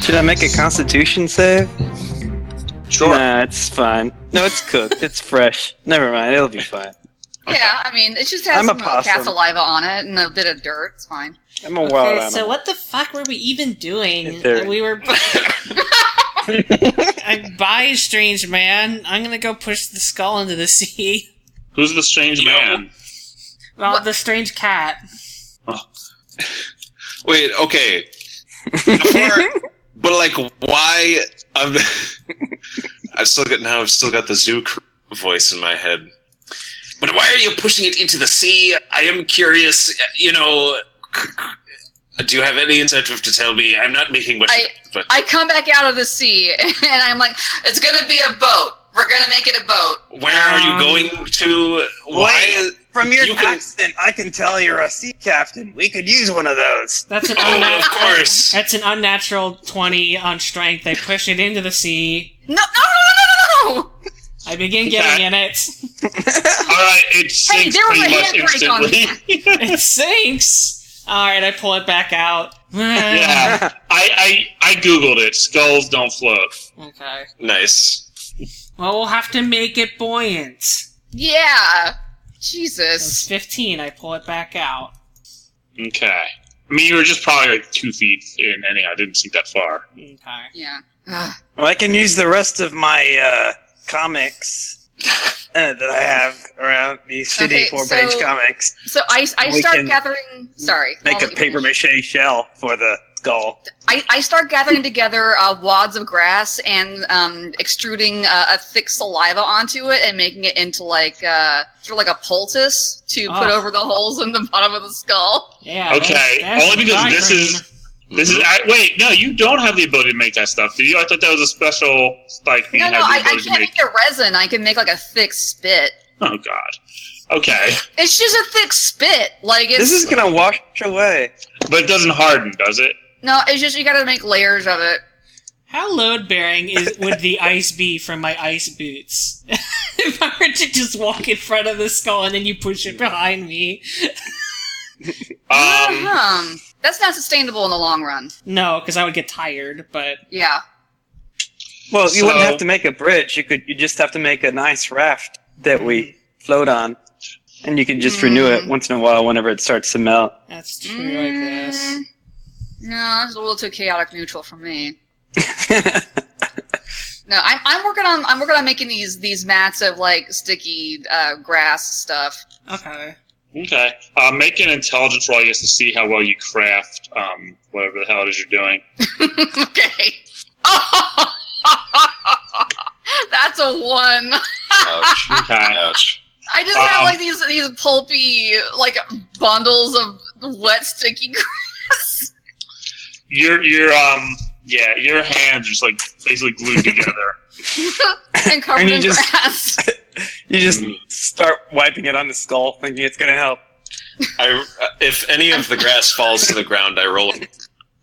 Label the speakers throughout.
Speaker 1: Should I make a Constitution save?
Speaker 2: Sure.
Speaker 1: Nah, it's fine. No, it's cooked. it's fresh. Never mind. It'll be fine.
Speaker 3: Yeah, I mean, it just has
Speaker 1: I'm a
Speaker 3: some uh, cat
Speaker 1: possum.
Speaker 3: saliva on it and a bit of dirt. It's fine.
Speaker 1: I'm a wild
Speaker 4: Okay,
Speaker 1: animal.
Speaker 4: so what the fuck were we even doing?
Speaker 1: In theory.
Speaker 4: We were. I buy strange man. I'm gonna go push the skull into the sea.
Speaker 5: Who's the strange
Speaker 2: Yo.
Speaker 5: man?
Speaker 4: Well,
Speaker 3: What?
Speaker 4: the strange cat.
Speaker 2: Wait, okay. Before- but like, why? I'm, I've still got now. I've still got the zoo cr- voice in my head. But why are you pushing it into the sea? I am curious. You know, do you have any incentive to tell me? I'm not making much.
Speaker 3: I-
Speaker 2: but
Speaker 3: I come back out of the sea and I'm like, it's gonna be a boat. We're gonna make it a boat.
Speaker 2: where are you
Speaker 4: Um,
Speaker 2: going to?
Speaker 1: wait.
Speaker 2: Why?
Speaker 1: From your
Speaker 2: You can-
Speaker 1: accent, I can tell you're a sea captain. We could use one of those.
Speaker 4: That's an
Speaker 2: Oh,
Speaker 4: unnatural.
Speaker 2: of course.
Speaker 4: That's an unnatural twenty on strength. I push it into the sea.
Speaker 3: No, no, no, no, no, no, no!
Speaker 4: I begin getting in it.
Speaker 5: All right, it
Speaker 3: Hey,
Speaker 5: sinks
Speaker 3: there was
Speaker 5: pretty
Speaker 3: a
Speaker 5: much
Speaker 3: handbrake on
Speaker 5: instantly.
Speaker 4: It sinks. All right, I pull it back out.
Speaker 5: yeah, I, I I googled it. Skulls don't float.
Speaker 4: Okay.
Speaker 2: Nice.
Speaker 4: Well, we'll have to make it buoyant.
Speaker 3: Yeah.
Speaker 4: It's
Speaker 3: Jesus.
Speaker 4: 15. I pull it back out.
Speaker 5: Okay. I mean, you were just probably like two feet in. Anyhow, I didn't sink that far.
Speaker 4: Okay.
Speaker 3: Yeah. Ugh.
Speaker 1: Well, I can use the rest of my uh, comics uh, that I have around these shitty
Speaker 3: Okay,
Speaker 1: four-page
Speaker 3: so-
Speaker 1: comics.
Speaker 3: So I, I
Speaker 1: We
Speaker 3: start
Speaker 1: can
Speaker 3: gathering. Sorry.
Speaker 1: Make
Speaker 3: I'll let
Speaker 1: a
Speaker 3: you finish.
Speaker 1: paper mache shell for the skull.
Speaker 3: I, I start gathering together uh, wads of grass and um, extruding uh, a thick saliva onto it and making it into like uh, sort of like a poultice to put
Speaker 4: Ah.
Speaker 3: over the holes in the bottom of the skull.
Speaker 4: Yeah.
Speaker 5: Okay, only because this is- This is I, wait. No, you don't have the ability to make that stuff, do you? I thought that was a special like you
Speaker 3: No,
Speaker 5: had
Speaker 3: no,
Speaker 5: the
Speaker 3: I, I
Speaker 5: ability
Speaker 3: can't
Speaker 5: to make.
Speaker 3: make it resin. I can make like a thick spit.
Speaker 5: Oh God. Okay,
Speaker 3: It's just a thick spit. Like it's
Speaker 1: This is gonna wash away.
Speaker 5: but it doesn't harden, does it?
Speaker 3: no. It's just you got to make layers of it.
Speaker 4: How load bearing is would the ice be from my ice boots? if I were to just walk in front of the skull and then you push it behind me,
Speaker 5: Um,
Speaker 3: um, that's not sustainable in the long run.
Speaker 4: no, because I would get tired. But
Speaker 3: Yeah.
Speaker 1: Well, you wouldn't
Speaker 5: So-
Speaker 1: have to make a bridge. You could. You just have to make a nice raft that we float on, and you can just renew it
Speaker 3: Mm.
Speaker 1: once in a while whenever it starts to melt.
Speaker 4: that's true, I guess.
Speaker 3: Mm, No, it's a little too chaotic neutral for me. No, I'm, I'm working on I'm working on making these these mats of like sticky uh, grass stuff.
Speaker 4: Okay.
Speaker 5: okay. Uh, make an intelligence roll, I guess, to see how well you craft um, whatever the hell it is you're doing.
Speaker 3: okay. That's a one.
Speaker 2: Ouch.
Speaker 5: Okay.
Speaker 2: Ouch.
Speaker 3: I just have
Speaker 5: Um.
Speaker 3: like these these pulpy like bundles of wet sticky grass.
Speaker 5: Your your um yeah, your hands are just like basically glued together.
Speaker 3: and covered
Speaker 1: And you
Speaker 3: in
Speaker 1: just-
Speaker 3: grass.
Speaker 1: You just start wiping it on the skull, thinking it's gonna help.
Speaker 2: I, if any of the grass falls to the ground, I roll.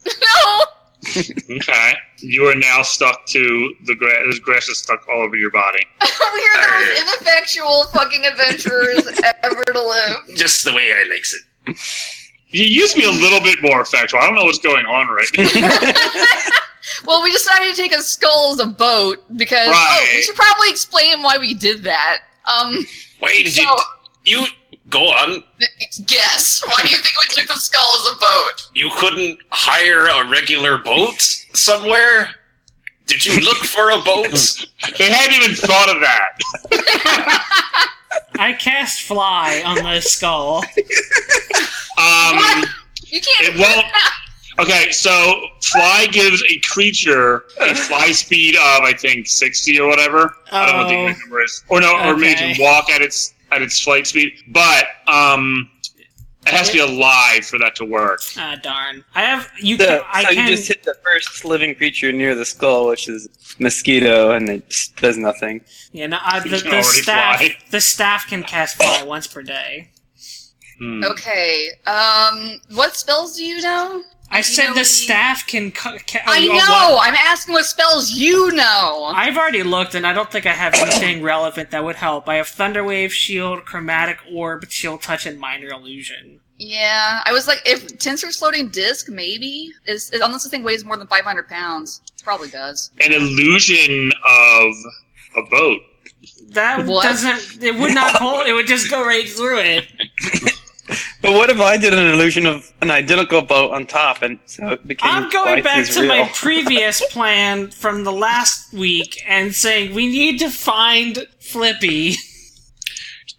Speaker 3: no.
Speaker 5: Okay. You are now stuck to the grass. This grass is stuck all over your body.
Speaker 3: we are the most ineffectual fucking adventurers ever to live.
Speaker 2: Just the way I likes it.
Speaker 5: You used to be a little bit more effectual. I don't know what's going on right now.
Speaker 3: Well, we decided to take a skull as a boat because oh, we
Speaker 5: Right.
Speaker 3: should probably explain why we did that. Um,
Speaker 2: Wait, did
Speaker 3: so,
Speaker 2: you? You go on.
Speaker 3: guess why do you think we took the skull as a boat?
Speaker 2: You couldn't hire a regular boat somewhere? Did you look for a boat?
Speaker 5: They hadn't even thought of that.
Speaker 4: I cast fly on the skull.
Speaker 5: Um
Speaker 3: You can't.
Speaker 5: It won't. Okay, so fly gives a creature a fly speed of I think sixty or whatever. I don't know what the
Speaker 4: Oh.
Speaker 5: exact number is, or no, or maybe it
Speaker 4: Okay.
Speaker 5: can walk at its at its flight speed. But um, it has to be alive for that to work.
Speaker 4: Ah, darn. I have you.
Speaker 1: The-
Speaker 4: Can, I
Speaker 1: so
Speaker 4: can.
Speaker 1: you just hit the first living creature near the skull, which is mosquito, and it just does nothing.
Speaker 4: yeah, no, I,
Speaker 5: You
Speaker 4: the,
Speaker 5: can
Speaker 4: the
Speaker 5: already
Speaker 4: staff.
Speaker 5: fly.
Speaker 4: The staff can cast fly once per day.
Speaker 5: Hmm.
Speaker 3: Okay. Um, what spells do you know?
Speaker 4: I said
Speaker 3: know
Speaker 4: the
Speaker 3: we-
Speaker 4: staff can. co- ca-
Speaker 3: I
Speaker 4: oh, oh,
Speaker 3: know.
Speaker 4: what-
Speaker 3: I'm asking what spells you know.
Speaker 4: I've already looked, and I don't think I have anything relevant that would help. I have Thunderwave, Shield, Chromatic Orb, Chill E Touch, and Minor Illusion.
Speaker 3: yeah, I was like, if Tinser's floating disc, maybe is, is unless the thing weighs more than 500 pounds, probably does.
Speaker 5: An illusion of a boat.
Speaker 4: That
Speaker 3: What?
Speaker 4: doesn't. It would not hold. It would just go right through it.
Speaker 1: But what if I did an illusion of an identical boat on top, and so it became
Speaker 4: I'm going
Speaker 1: twice
Speaker 4: back
Speaker 1: as
Speaker 4: to
Speaker 1: real?
Speaker 4: my previous plan from the last week and saying we need to find Flippy.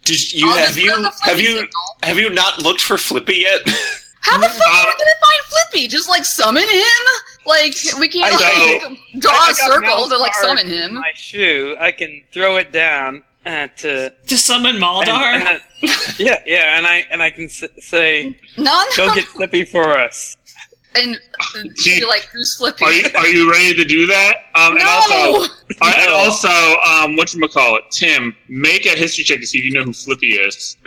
Speaker 2: Did you
Speaker 3: I'll
Speaker 2: have
Speaker 3: just
Speaker 2: you
Speaker 3: look up
Speaker 2: have
Speaker 3: Flippy
Speaker 2: you
Speaker 3: signal.
Speaker 2: have you not looked for Flippy yet?
Speaker 3: How the fuck are
Speaker 5: Uh,
Speaker 3: we gonna find Flippy? Just like summon him? Like we can't
Speaker 1: I
Speaker 3: like, draw
Speaker 1: I- I
Speaker 3: a
Speaker 1: got
Speaker 3: circle
Speaker 1: mouse
Speaker 3: to like
Speaker 1: guard
Speaker 3: summon
Speaker 1: in
Speaker 3: him.
Speaker 1: My shoe, I can throw it down uh, to.
Speaker 4: To summon
Speaker 1: and-
Speaker 4: Maldar?
Speaker 1: and- yeah, yeah, and I and I can s- say,
Speaker 3: None.
Speaker 1: "Go get Flippy for us."
Speaker 3: and be like, who's Flippy?
Speaker 5: Are you are you ready to do that? Um,
Speaker 3: no.
Speaker 5: And also, uh, and also, um, what you call it, Tim? Make a history check to see if you know who Flippy is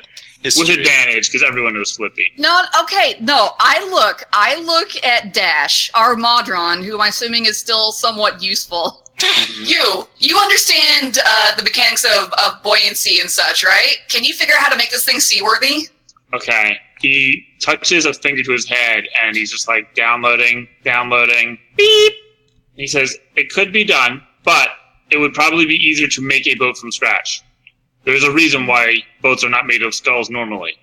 Speaker 5: with
Speaker 2: History.
Speaker 5: advantage because everyone knows Flippy.
Speaker 3: No, okay, no. I look, I look at Dash, our Modron, who I'm assuming is still somewhat useful.
Speaker 4: Mm-hmm.
Speaker 3: You, you understand uh, the mechanics of, of buoyancy and such, right? Can you figure out how to make this thing seaworthy?
Speaker 5: Okay. He touches a finger to his head and he's just like downloading, downloading. Beep. He says it could be done, but it would probably be easier to make a boat from scratch. There's a reason why boats are not made of skulls normally.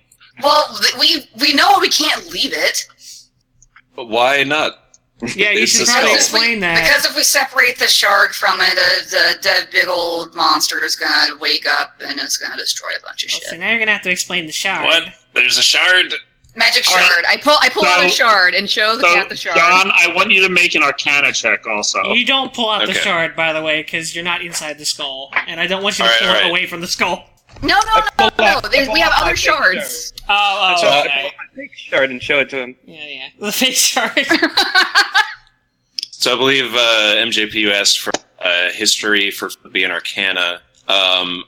Speaker 3: Well, th- we we know we can't leave it
Speaker 2: But why not?
Speaker 4: Yeah, you
Speaker 2: It's
Speaker 4: should
Speaker 2: a
Speaker 4: probably
Speaker 2: spell.
Speaker 4: explain that.
Speaker 3: because if we separate the shard from it, uh, the dead big old monster is gonna wake up and it's gonna destroy a bunch of
Speaker 4: Well, so
Speaker 3: shit.
Speaker 4: now you're gonna have to explain the shower.
Speaker 2: What? There's a shard.
Speaker 3: Magic
Speaker 5: All right.
Speaker 3: shard. I pull I pull out a
Speaker 5: So-
Speaker 3: shard and show the
Speaker 5: So,
Speaker 3: cat
Speaker 5: John,
Speaker 3: the shard.
Speaker 5: I want you to make an Arcana check also.
Speaker 4: You don't pull out the
Speaker 2: Okay.
Speaker 4: shard, by the way, because you're not inside the skull, and I don't want you to
Speaker 2: Alright,
Speaker 4: pull it
Speaker 2: alright.
Speaker 4: away from the skull.
Speaker 3: No, no,
Speaker 1: I
Speaker 3: no,
Speaker 1: pull
Speaker 3: no.
Speaker 1: out- I
Speaker 3: There's,
Speaker 1: pull
Speaker 3: we have
Speaker 1: out my
Speaker 3: other
Speaker 1: big
Speaker 3: shards.
Speaker 4: Oh,
Speaker 1: That's
Speaker 5: uh,
Speaker 4: oh
Speaker 1: all.
Speaker 4: okay.
Speaker 1: I take shard and show it to him.
Speaker 4: Yeah, yeah. The face shard.
Speaker 2: So I believe uh, MJP you asked for uh, history for being Arcana. Um,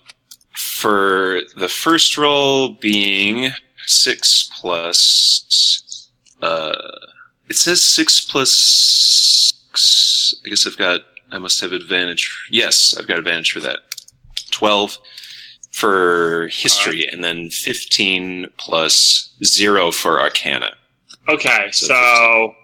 Speaker 2: for the first roll being six plus, uh, it says six plus. Six. I guess I've got. I must have advantage. Yes, I've got advantage for that. Twelve for history, and then fifteen plus zero for Arcana.
Speaker 5: Okay,
Speaker 2: So
Speaker 5: so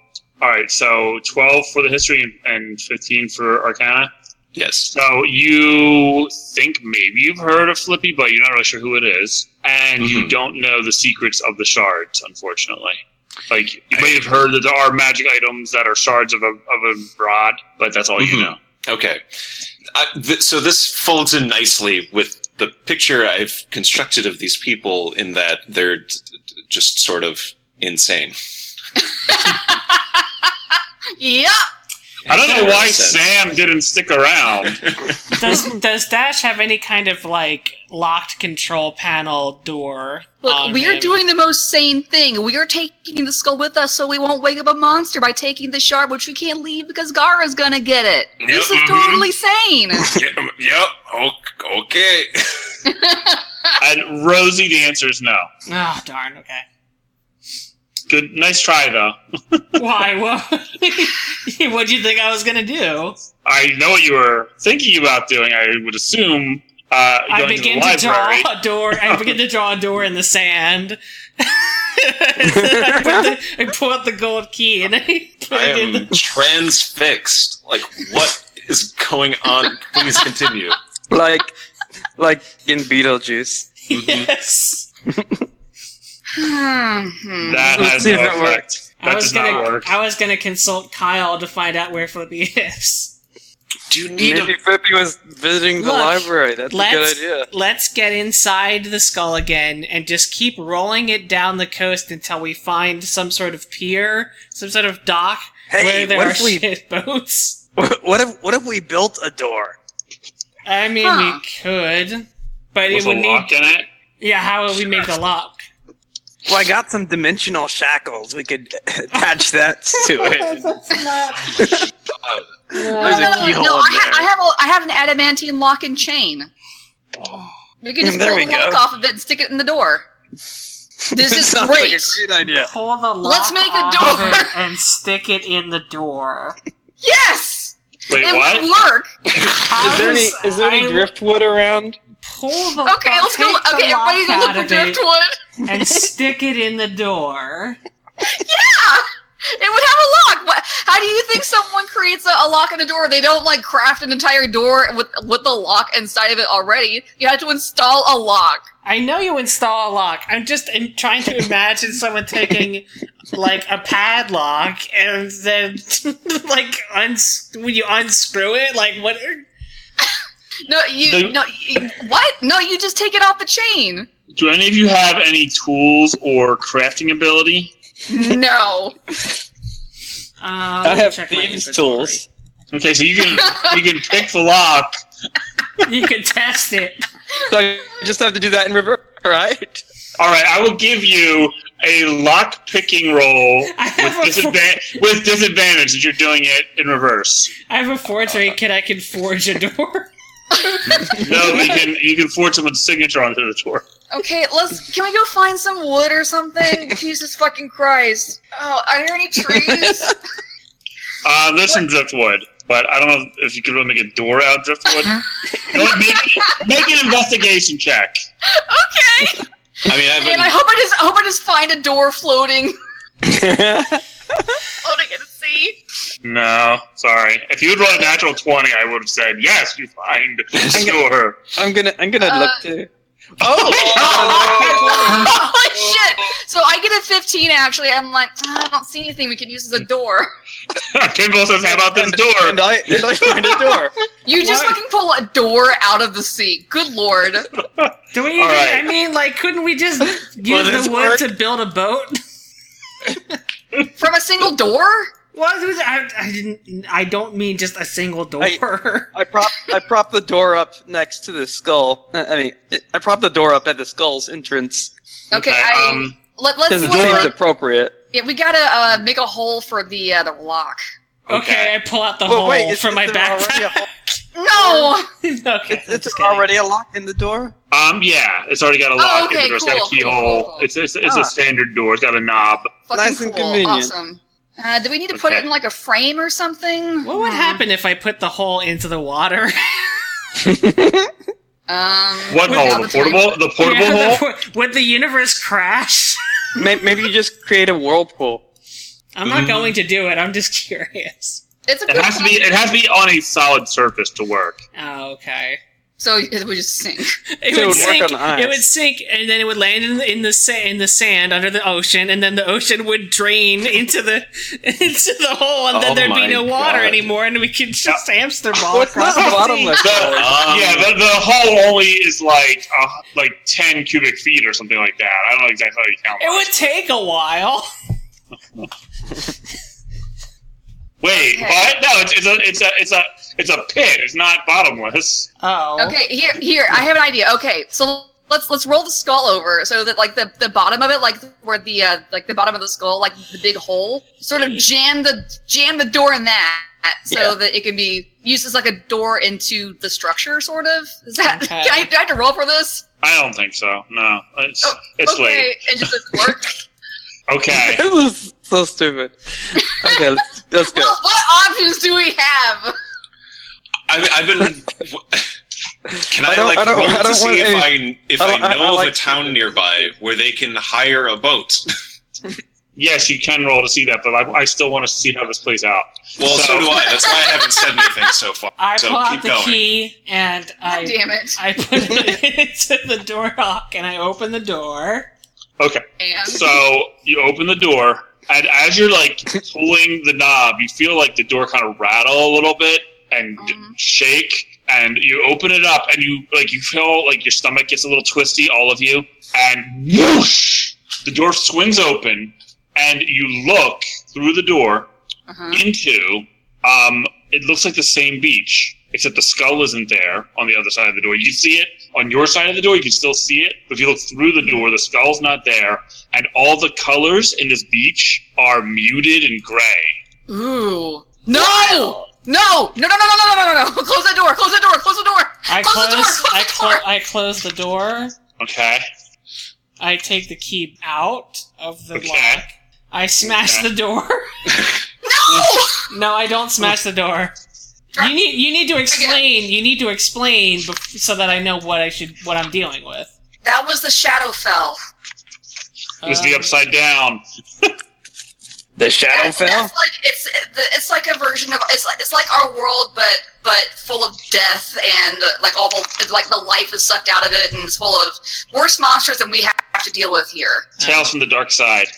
Speaker 5: all right, so twelve for the history and- and fifteen for Arcana.
Speaker 2: Yes.
Speaker 5: So you think maybe you've heard of Flippy, but you're not really sure who it is, and you
Speaker 2: Mhm.
Speaker 5: don't know the secrets of the shards, unfortunately. Like you may have heard that there are magic items that are shards of a of a rod, but that's all
Speaker 2: Mhm.
Speaker 5: you know.
Speaker 2: Okay. I, th- so this folds in nicely with the picture I've constructed of these people in that they're t- t- just sort of insane.
Speaker 3: yeah.
Speaker 5: I don't know why
Speaker 2: Sense.
Speaker 5: Sam didn't stick around.
Speaker 4: does does Dash have any kind of like locked control panel door?
Speaker 3: Look,
Speaker 1: Oh,
Speaker 4: on
Speaker 3: we are
Speaker 4: him?
Speaker 3: doing the most sane thing. We are taking the skull with us so we won't wake up a monster by taking the shard, which we can't leave because Gara's gonna get it. This is
Speaker 2: Yep, mhm.
Speaker 1: mm-hmm.
Speaker 3: totally sane.
Speaker 2: yep. um, Okay.
Speaker 5: and Rosie, the answer is no.
Speaker 4: Oh darn. Okay.
Speaker 5: Good, nice try though.
Speaker 4: Why? What? What'd you think I was gonna do?
Speaker 5: I know what you were thinking about doing. I would assume uh,
Speaker 4: I
Speaker 5: going to
Speaker 4: begin
Speaker 5: the
Speaker 4: to draw
Speaker 5: library.
Speaker 4: a door. I begin to draw a door in the sand. I, put the, I pull out the gold key and I put
Speaker 2: I
Speaker 4: it in
Speaker 2: am
Speaker 4: the.
Speaker 2: transfixed. Like, what is going on? Please continue.
Speaker 1: Like, like in Beetlejuice.
Speaker 4: Yes.
Speaker 3: Hmm.
Speaker 5: That
Speaker 1: Let's
Speaker 5: has
Speaker 1: see
Speaker 5: no
Speaker 1: if it
Speaker 5: effect.
Speaker 4: I
Speaker 5: That
Speaker 4: was
Speaker 5: does
Speaker 4: gonna.
Speaker 5: not work.
Speaker 4: I was gonna consult Kyle to find out where Flippy is.
Speaker 2: Do you need
Speaker 1: Maybe
Speaker 2: a
Speaker 1: Flippy was visiting the
Speaker 4: Look,
Speaker 1: library. That's a
Speaker 4: let's-
Speaker 1: good idea.
Speaker 4: Let's get inside the skull again and just keep rolling it down the coast until we find some sort of pier, some sort of dock where
Speaker 1: Hey,
Speaker 4: there
Speaker 1: what
Speaker 4: are
Speaker 1: if we
Speaker 4: shit boats.
Speaker 1: what if what if we built a door?
Speaker 4: I mean,
Speaker 3: Huh.
Speaker 4: we could, but
Speaker 5: With
Speaker 4: it
Speaker 5: a
Speaker 4: would need.
Speaker 5: lock in it.
Speaker 4: Yeah, how would we make the lock?
Speaker 1: Well, I got some dimensional shackles. We could attach that to it.
Speaker 3: No, no,
Speaker 1: There's a
Speaker 3: no,
Speaker 1: keyhole
Speaker 3: no,
Speaker 1: in
Speaker 3: I, ha-
Speaker 1: there.
Speaker 3: I have a, I have an adamantine lock and chain. We can just
Speaker 1: Oh. There
Speaker 3: pull
Speaker 1: we
Speaker 3: the lock
Speaker 1: go.
Speaker 3: off of it and stick it in the door. This is
Speaker 1: Sounds like
Speaker 3: great.
Speaker 1: a great idea.
Speaker 4: Pull the lock
Speaker 3: Let's make a
Speaker 4: off
Speaker 3: door.
Speaker 4: it and stick it in the door.
Speaker 3: Yes,
Speaker 5: Wait,
Speaker 3: it
Speaker 5: what?
Speaker 3: would work.
Speaker 4: I
Speaker 6: Is there any
Speaker 4: was-
Speaker 6: is there any
Speaker 4: I
Speaker 6: driftwood around?
Speaker 4: Pull the
Speaker 3: Okay, let's go.
Speaker 4: take the
Speaker 3: Okay,
Speaker 4: lock
Speaker 3: everybody go look
Speaker 4: out
Speaker 3: for
Speaker 4: of it
Speaker 3: driftwood.
Speaker 4: and stick it in the door.
Speaker 3: It would have a lock. What, how do you think someone creates a, a lock on a door? They don't like craft an entire door with with the lock inside of it already. You have to install a lock.
Speaker 4: I know you install a lock. I'm just I'm trying to imagine someone taking like a padlock and then like uns- when you unscrew it, like what?
Speaker 3: No, you
Speaker 5: The-
Speaker 3: no you, what? No, you just take it off the chain.
Speaker 5: Do any of you have any tools or crafting ability?
Speaker 3: No.
Speaker 4: Uh,
Speaker 6: I
Speaker 4: let me
Speaker 6: have
Speaker 4: check my
Speaker 6: thieves
Speaker 4: inventory.
Speaker 6: tools.
Speaker 5: Okay, so you can you can pick the lock.
Speaker 4: You can test it.
Speaker 6: So I just have to do that in reverse, right?
Speaker 5: All right, I will give you a lock picking roll
Speaker 4: I
Speaker 5: with,
Speaker 4: have, a, for-
Speaker 5: disadva- with disadvantage that you're doing it in reverse.
Speaker 4: I have a forgery kit. I can forge a door.
Speaker 5: No, you can you can forge someone's signature onto the door.
Speaker 3: Okay, let's. Can we go find some wood or something? Jesus fucking Christ! Oh, are there any trees?
Speaker 5: Uh, there's some driftwood, but I don't know if you could really make a door out of driftwood. Go
Speaker 3: Uh-huh.
Speaker 5: ahead, make, make an investigation check.
Speaker 3: okay.
Speaker 2: I mean, I've
Speaker 3: And I
Speaker 2: been,
Speaker 3: hope I just I hope I just find a door floating, floating in the sea.
Speaker 5: No, sorry. If you had rolled a natural twenty, I would have said yes. You find a door.
Speaker 6: I'm gonna I'm gonna
Speaker 3: Uh,
Speaker 6: look to. Oh,
Speaker 3: Holy shit! So I get a fifteen. Actually, I'm like, "Ah, I don't see anything we could use as a door.
Speaker 5: Kimball says, "How about this door?"
Speaker 6: and I and I find a door.
Speaker 3: You just
Speaker 6: What?
Speaker 3: fucking pull a door out of the sea. Good lord.
Speaker 4: Do
Speaker 5: All
Speaker 4: we? Even,
Speaker 5: right.
Speaker 4: I mean, like, couldn't we just use
Speaker 6: this
Speaker 4: the wood
Speaker 6: work?
Speaker 4: to build a boat?
Speaker 3: From a single door?
Speaker 4: Well, it was- I, I didn't. I don't mean just a single door.
Speaker 6: I prop I prop the door up next to the skull. Uh, I I mean, I prop the door up at the skull's entrance
Speaker 3: Okay, I
Speaker 5: um,
Speaker 3: let, let's.
Speaker 6: because it
Speaker 3: let's-
Speaker 6: seems appropriate.
Speaker 3: yeah, we gotta uh, make a hole for the uh, the lock.
Speaker 4: okay.
Speaker 5: Okay.
Speaker 4: I pull out the
Speaker 6: Well,
Speaker 4: hole
Speaker 6: wait, is-
Speaker 4: from
Speaker 6: is
Speaker 4: my
Speaker 6: there already
Speaker 4: backpack.
Speaker 6: a hole?
Speaker 3: No.
Speaker 4: okay,
Speaker 6: It's,
Speaker 4: that's
Speaker 6: it's
Speaker 4: good.
Speaker 6: already a lock in the door.
Speaker 5: um, yeah, it's already got a lock. in
Speaker 3: Oh, okay,
Speaker 5: the door. It's
Speaker 3: cool,
Speaker 5: got a
Speaker 3: cool,
Speaker 5: keyhole.
Speaker 3: cool.
Speaker 5: It's it's, it's
Speaker 6: Ah.
Speaker 5: a standard door. It's got a knob.
Speaker 3: Fucking
Speaker 6: Nice and
Speaker 3: cool.
Speaker 6: convenient.
Speaker 3: Awesome. Uh, do we need to put it
Speaker 5: Okay.
Speaker 3: in like a frame or something?
Speaker 4: What would happen if I put the hole into the water?
Speaker 3: Um,
Speaker 5: What
Speaker 3: without
Speaker 5: hole? The
Speaker 3: frame.
Speaker 5: portable? The portable
Speaker 4: Yeah,
Speaker 5: hole?
Speaker 4: the por- would the universe crash?
Speaker 6: May- Maybe you just create a whirlpool.
Speaker 4: I'm not
Speaker 6: Mm-hmm.
Speaker 5: Mm.
Speaker 4: going to do it. I'm just curious.
Speaker 3: It's a good
Speaker 5: It has to be. It has to be on a solid surface to work.
Speaker 4: Oh, okay.
Speaker 3: So it would just sink.
Speaker 4: It
Speaker 6: So it would
Speaker 4: would
Speaker 6: work
Speaker 4: sink.
Speaker 6: on the
Speaker 4: It would
Speaker 6: ice.
Speaker 4: sink, and then it would land in the in the, sa- in the sand under the ocean, and then the ocean would drain into the into the hole, and
Speaker 2: Oh
Speaker 4: then there'd be
Speaker 2: my
Speaker 4: no water
Speaker 2: God.
Speaker 4: anymore, and we could just hamster ball
Speaker 6: What's
Speaker 4: across
Speaker 6: not
Speaker 4: the sea.
Speaker 6: bottomless? door?
Speaker 2: Um,
Speaker 5: yeah, the, the hole only is like uh, like ten cubic feet or something like that. I don't know exactly how you count.
Speaker 4: It would take a while.
Speaker 5: Wait,
Speaker 3: Okay.
Speaker 5: what? No, it's, it's a it's a it's a it's a pit. It's not bottomless.
Speaker 4: Oh,
Speaker 3: Okay, here, here. I have an idea. Okay, so let's let's roll the skull over so that like the the bottom of it, like where the uh, like the bottom of the skull, like the big hole, sort of jam the jam the door in that. So
Speaker 6: Yeah.
Speaker 3: that it can be used as like a door into the structure, sort of. Is that?
Speaker 4: Okay.
Speaker 3: Can I, do I have to roll for this?
Speaker 5: I don't think so. No, it's
Speaker 3: Oh,
Speaker 5: it's
Speaker 3: okay,
Speaker 5: late.
Speaker 3: it just doesn't work.
Speaker 5: Okay.
Speaker 6: this is so stupid. Okay, let's, let's go.
Speaker 3: well, what options do we have?
Speaker 2: I mean, I've been. Can I,
Speaker 6: I don't-
Speaker 2: like
Speaker 6: I don't-
Speaker 2: roll
Speaker 6: I
Speaker 2: to
Speaker 6: don't want
Speaker 2: see if I if
Speaker 6: I
Speaker 2: I,
Speaker 6: don't- I-
Speaker 2: know
Speaker 6: I
Speaker 2: of
Speaker 6: like-
Speaker 2: a town nearby where they can hire a boat?
Speaker 5: Yes, you can roll to see that, but I, I still want to see how this plays out.
Speaker 2: Well, so,
Speaker 5: So-
Speaker 2: do I. That's why I haven't said anything so far.
Speaker 4: I
Speaker 2: so
Speaker 4: pull out
Speaker 2: keep
Speaker 4: the
Speaker 2: going.
Speaker 4: key and I
Speaker 3: Damn it!
Speaker 4: I put it into the door lock and I open the door.
Speaker 5: Okay,
Speaker 3: And
Speaker 5: so you open the door, and as you're like pulling the knob, you feel like the door kind of rattle a little bit and d-
Speaker 3: Mhm.
Speaker 5: shake, and you open it up, and you like you feel like your stomach gets a little twisty, all of you, and whoosh, the door swings open, and you look through the door
Speaker 3: uh
Speaker 5: into um, it looks like the same beach except the skull isn't there on the other side of the door you can see it on your side of the door you can still see it but if you look through the door the skull's not there and all the colors in this beach are muted and gray
Speaker 3: Ooh. No! No! No, no, no, no, no, no, no, no, no! Close that door! Close that door! Close the door!
Speaker 4: I
Speaker 3: Close
Speaker 4: close.
Speaker 3: the door, close
Speaker 4: I
Speaker 3: the
Speaker 4: close.
Speaker 3: door.
Speaker 4: I close the door.
Speaker 5: okay
Speaker 4: I take the key out of the
Speaker 5: Okay.
Speaker 4: lock. I smash
Speaker 5: Okay.
Speaker 4: the door.
Speaker 3: No!
Speaker 4: no, I don't smash the door. You need you need to explain. You need to explain bef- so that I know what I should what I'm dealing with.
Speaker 3: That was the Shadowfell.
Speaker 5: It was the
Speaker 4: Um,
Speaker 5: upside down.
Speaker 1: The shadow
Speaker 3: That's- that's like it's it's like a version of it's like it's like our world, but but full of death and uh, like all the like the life is sucked out of it, and it's full of worse monsters than we have to deal with here.
Speaker 5: Tales from the dark side.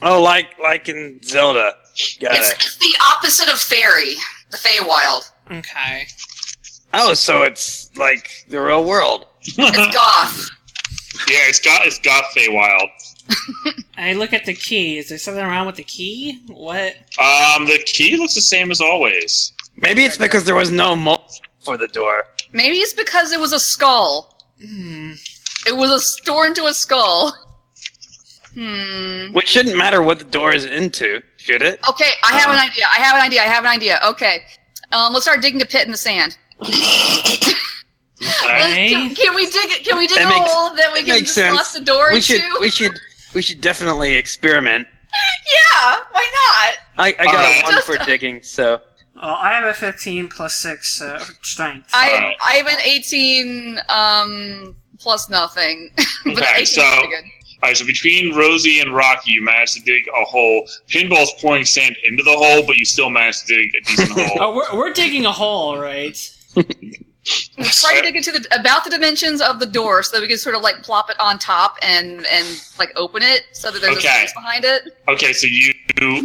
Speaker 1: Oh, like like in Zelda. Got
Speaker 3: It's,
Speaker 1: it.
Speaker 3: it's the opposite of fairy, the Feywild.
Speaker 4: Okay.
Speaker 1: Oh, so it's like the real world.
Speaker 3: It's goth.
Speaker 5: Yeah, it's got it's got Feywild.
Speaker 4: I look at the key. Is there something wrong with the key? What?
Speaker 5: Um, the key looks the same as always.
Speaker 1: Maybe it's because there was no mold for the door.
Speaker 3: Maybe it's because it was a skull.
Speaker 4: Hmm.
Speaker 3: It was a store into a skull. Hmm.
Speaker 1: Which shouldn't matter what the door is into, should it?
Speaker 3: Okay, I
Speaker 1: Uh-huh.
Speaker 3: have an idea. I have an idea. I have an idea. Okay, um, let's start digging a pit in the sand.
Speaker 5: Okay.
Speaker 4: Okay.
Speaker 3: Can, can we dig? Can we dig
Speaker 1: That
Speaker 3: a
Speaker 1: makes-
Speaker 3: hole that we can
Speaker 1: makes
Speaker 3: just
Speaker 1: sense.
Speaker 3: bust the door
Speaker 1: We
Speaker 3: into?
Speaker 1: should we should we should definitely experiment.
Speaker 3: Yeah, why
Speaker 1: I, I got
Speaker 5: Alright.
Speaker 1: a one for digging, so
Speaker 4: Well, Uh, I have a 15 plus six uh, strength.
Speaker 3: not? I
Speaker 5: Alright.
Speaker 3: I have an eighteen um plus nothing. but the
Speaker 5: Okay,
Speaker 3: 18 is
Speaker 5: so
Speaker 3: pretty good.
Speaker 5: All right, so between Rosie and Rocky, you managed to dig a hole. Pinball's pouring sand into the hole, but you still managed to dig a decent hole.
Speaker 4: Oh, we're, we're digging a hole, right?
Speaker 3: We try to dig into the about the dimensions of the door so that we can sort of like plop it on top and and like open it so that there's
Speaker 5: Okay.
Speaker 3: a space behind it.
Speaker 5: Okay, so you you do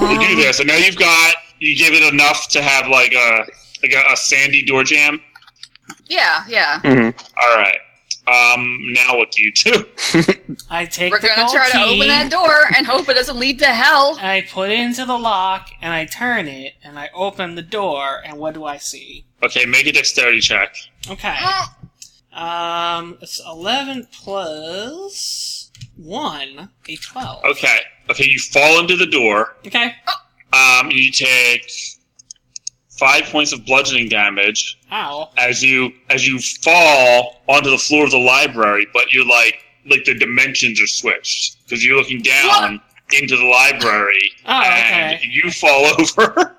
Speaker 4: Um,
Speaker 5: this, and now you've got you give it enough to have like a like a, a sandy door jam.
Speaker 3: Yeah, yeah.
Speaker 5: All right. Um, now what do you do?
Speaker 4: I take
Speaker 3: We're
Speaker 4: the
Speaker 3: gonna
Speaker 4: gold
Speaker 3: try to
Speaker 4: key,
Speaker 3: open that door and hope it doesn't lead to hell.
Speaker 4: I put it into the lock, and I turn it, and I open the door, and what do I see?
Speaker 5: Okay, make a dexterity check.
Speaker 4: Okay. Um, it's 11 plus 1, a 12.
Speaker 5: Okay, okay, you fall into the door.
Speaker 4: Okay.
Speaker 5: Um, you take five points of bludgeoning damage.
Speaker 4: Ow.
Speaker 5: as you as you fall onto the floor of the library, but you're like like the dimensions are switched because you're looking down into the library
Speaker 4: Oh,
Speaker 5: and
Speaker 4: okay.
Speaker 5: you fall over.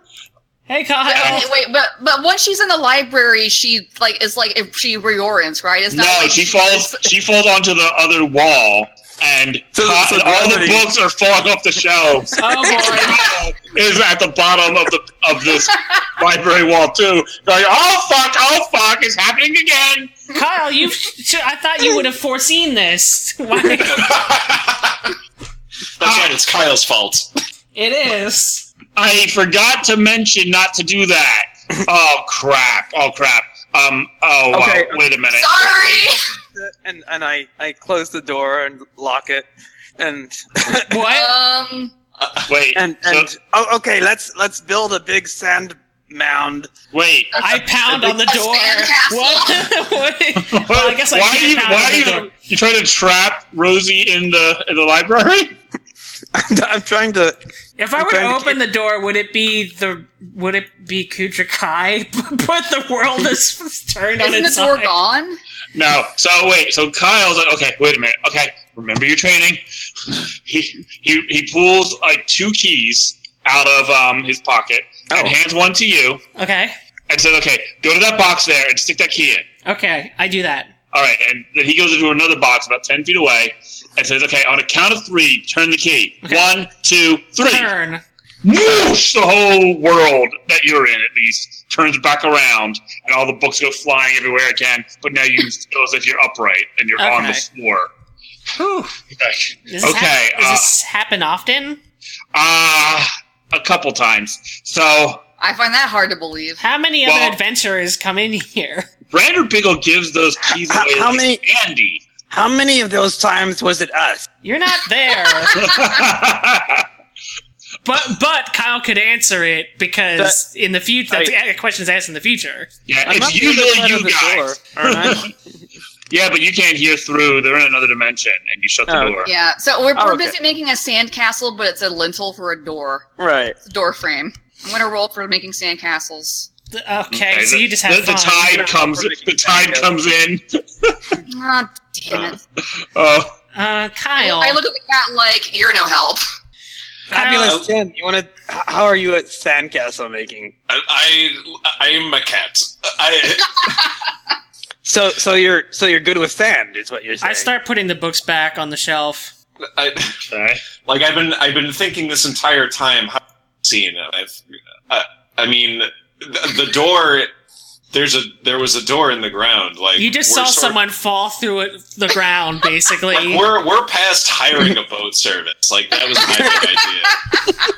Speaker 4: Hey, Kyle.
Speaker 3: But, wait, wait, but but once she's in the library, she like is like if she reorients, right? It's
Speaker 5: no,
Speaker 3: not like
Speaker 5: she falls she falls onto the other wall and,
Speaker 6: So-
Speaker 5: Ka-
Speaker 6: so
Speaker 5: and all the
Speaker 6: gravity-
Speaker 5: books are falling off the shelves.
Speaker 4: Oh, boy.
Speaker 5: Kyle is at the bottom of the of this library wall too. Like, oh fuck, oh fuck, it's happening again.
Speaker 4: Kyle, you. I thought you would have foreseen this. Why?
Speaker 2: That's right, it's Kyle's fault.
Speaker 4: It is.
Speaker 5: I forgot to mention not to do that. oh crap! Oh crap! Um. Oh wow.
Speaker 6: Okay.
Speaker 5: Wait a minute.
Speaker 3: Sorry.
Speaker 6: and and I I close the door and lock it, and
Speaker 4: What?
Speaker 3: Um.
Speaker 5: Wait.
Speaker 6: and
Speaker 5: so-
Speaker 6: and oh okay let's let's build a big sand mound.
Speaker 5: wait.
Speaker 4: I pound on the
Speaker 3: A
Speaker 4: door.
Speaker 3: sandcastle.
Speaker 4: What? what? Well, I guess I
Speaker 5: why
Speaker 4: did
Speaker 5: are you?
Speaker 4: pound
Speaker 5: Why
Speaker 4: on
Speaker 5: are
Speaker 4: the
Speaker 5: you?
Speaker 4: door.
Speaker 5: You trying to trap Rosie in the in the library?
Speaker 6: I'm trying to
Speaker 4: If I
Speaker 6: You're
Speaker 4: were to
Speaker 6: trying to
Speaker 4: open the door, would it be the? Would it be Kutrakai? but the world is turned on
Speaker 3: Isn't
Speaker 4: its
Speaker 3: the door
Speaker 4: side.
Speaker 3: gone?
Speaker 5: No. So wait. So Kyle's like, okay. Wait a minute. Okay. Remember your training. He he he pulls like two keys out of um his pocket and
Speaker 6: Oh.
Speaker 5: hands one to you
Speaker 4: Okay.
Speaker 5: and says, okay, go to that box there and stick that key in.
Speaker 4: Okay. I do that.
Speaker 5: All right, and then he goes into another box about ten feet away and says, "Okay, on a count of three, turn the key.
Speaker 4: Okay.
Speaker 5: One, two, three.
Speaker 4: Turn.
Speaker 5: Whoosh! The whole world that you're in, at least, turns back around, and all the books go flying everywhere again. But now you feel as if you're upright and you're on the
Speaker 4: Okay.
Speaker 5: floor.
Speaker 4: Whew. Does
Speaker 5: Okay.
Speaker 4: this
Speaker 5: okay.
Speaker 4: Hap- does this happen often?
Speaker 5: uh, uh, a couple times. So
Speaker 3: I find that hard to believe.
Speaker 4: How many
Speaker 5: well-
Speaker 4: other adventurers come in here?
Speaker 5: Brander Biggle gives those keys
Speaker 6: How-
Speaker 5: away
Speaker 6: how
Speaker 5: like
Speaker 6: many-
Speaker 5: candy.
Speaker 6: How many of those times was it us?
Speaker 4: You're not there. but but Kyle could answer it because in the future, that's a question's asked in the future.
Speaker 5: yeah,
Speaker 6: I'm
Speaker 5: it's
Speaker 6: not the other
Speaker 5: usually
Speaker 6: side of
Speaker 5: you
Speaker 6: the
Speaker 5: guys.
Speaker 6: door, aren't I?
Speaker 5: Yeah, but you can't hear through. They're in another dimension, and you shut the
Speaker 6: Oh,
Speaker 5: door.
Speaker 3: Yeah. So we're,
Speaker 6: Oh,
Speaker 3: we're
Speaker 6: okay.
Speaker 3: busy making a sand castle, but it's a lintel for a door.
Speaker 6: right.
Speaker 3: It's a door frame. I'm gonna roll for making sand castles.
Speaker 4: Okay, so you just have
Speaker 5: the, the
Speaker 4: fun.
Speaker 5: tide comes. The tide comes in.
Speaker 3: Oh, damn it.
Speaker 5: Oh,
Speaker 4: uh, Kyle.
Speaker 3: I look at the cat like, you're no help.
Speaker 6: Fabulous, Jen. You want to? How are you at sandcastle making?
Speaker 2: I, I I am a cat. I
Speaker 6: So, so you're so you're good with sand, is what you're saying.
Speaker 4: I start putting the books back on the shelf.
Speaker 2: I
Speaker 5: okay.
Speaker 2: like I've been I've been thinking this entire time. How seen it? I've, uh, I mean, the, the door. There's a there was a door in the ground. Like
Speaker 4: You just
Speaker 2: we're
Speaker 4: saw
Speaker 2: sort of-
Speaker 4: someone fall through it, the ground, basically.
Speaker 2: Like we're we're past hiring a boat service. Like that was my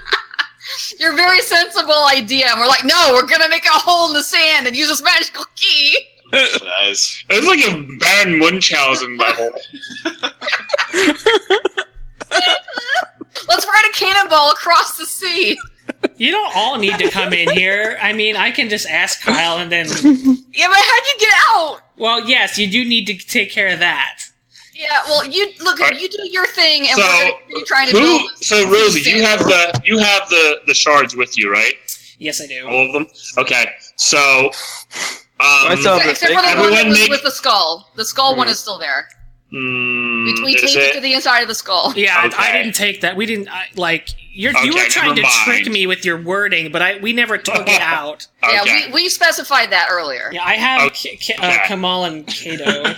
Speaker 3: Your very sensible idea. And we're like, no, we're going to make a hole in the sand and use this magical key.
Speaker 2: big idea. Guys.
Speaker 5: It's like a Baron Munchausen level.
Speaker 3: Let's ride a cannonball across the sea.
Speaker 4: you don't all need to come in here. I mean, I can just ask Kyle and then.
Speaker 3: Yeah, but how'd you get out?
Speaker 4: Well, yes, you do need to take care of that.
Speaker 3: Yeah, well, you look,
Speaker 5: Alright.
Speaker 3: you do your thing, and
Speaker 5: So,
Speaker 3: we're gonna keep trying to
Speaker 5: Who?
Speaker 3: build. this.
Speaker 5: So Rosie, you have the you have the the shards with you, right?
Speaker 4: Yes, I
Speaker 2: Oh,
Speaker 4: do.
Speaker 5: All of them. Okay. So, um,
Speaker 6: Myself-
Speaker 3: Except except for the one
Speaker 5: Everyone
Speaker 3: that was
Speaker 5: make-
Speaker 3: with the skull. The skull one
Speaker 5: Hmm.
Speaker 3: is still there. We,
Speaker 5: mm,
Speaker 3: we
Speaker 5: is
Speaker 3: taped it to
Speaker 5: it?
Speaker 3: the inside of the skull.
Speaker 4: Yeah, I- I
Speaker 5: Okay.
Speaker 4: didn't take that. We didn't I, like you're, you
Speaker 5: Okay,
Speaker 4: were trying to
Speaker 5: never mind.
Speaker 4: trick me with your wording, but I we never took it out.
Speaker 5: okay.
Speaker 3: Yeah, we, we specified that earlier.
Speaker 4: Yeah, I
Speaker 2: Oh,
Speaker 4: have K- K- uh,
Speaker 5: Okay.
Speaker 4: Kamal and Kato,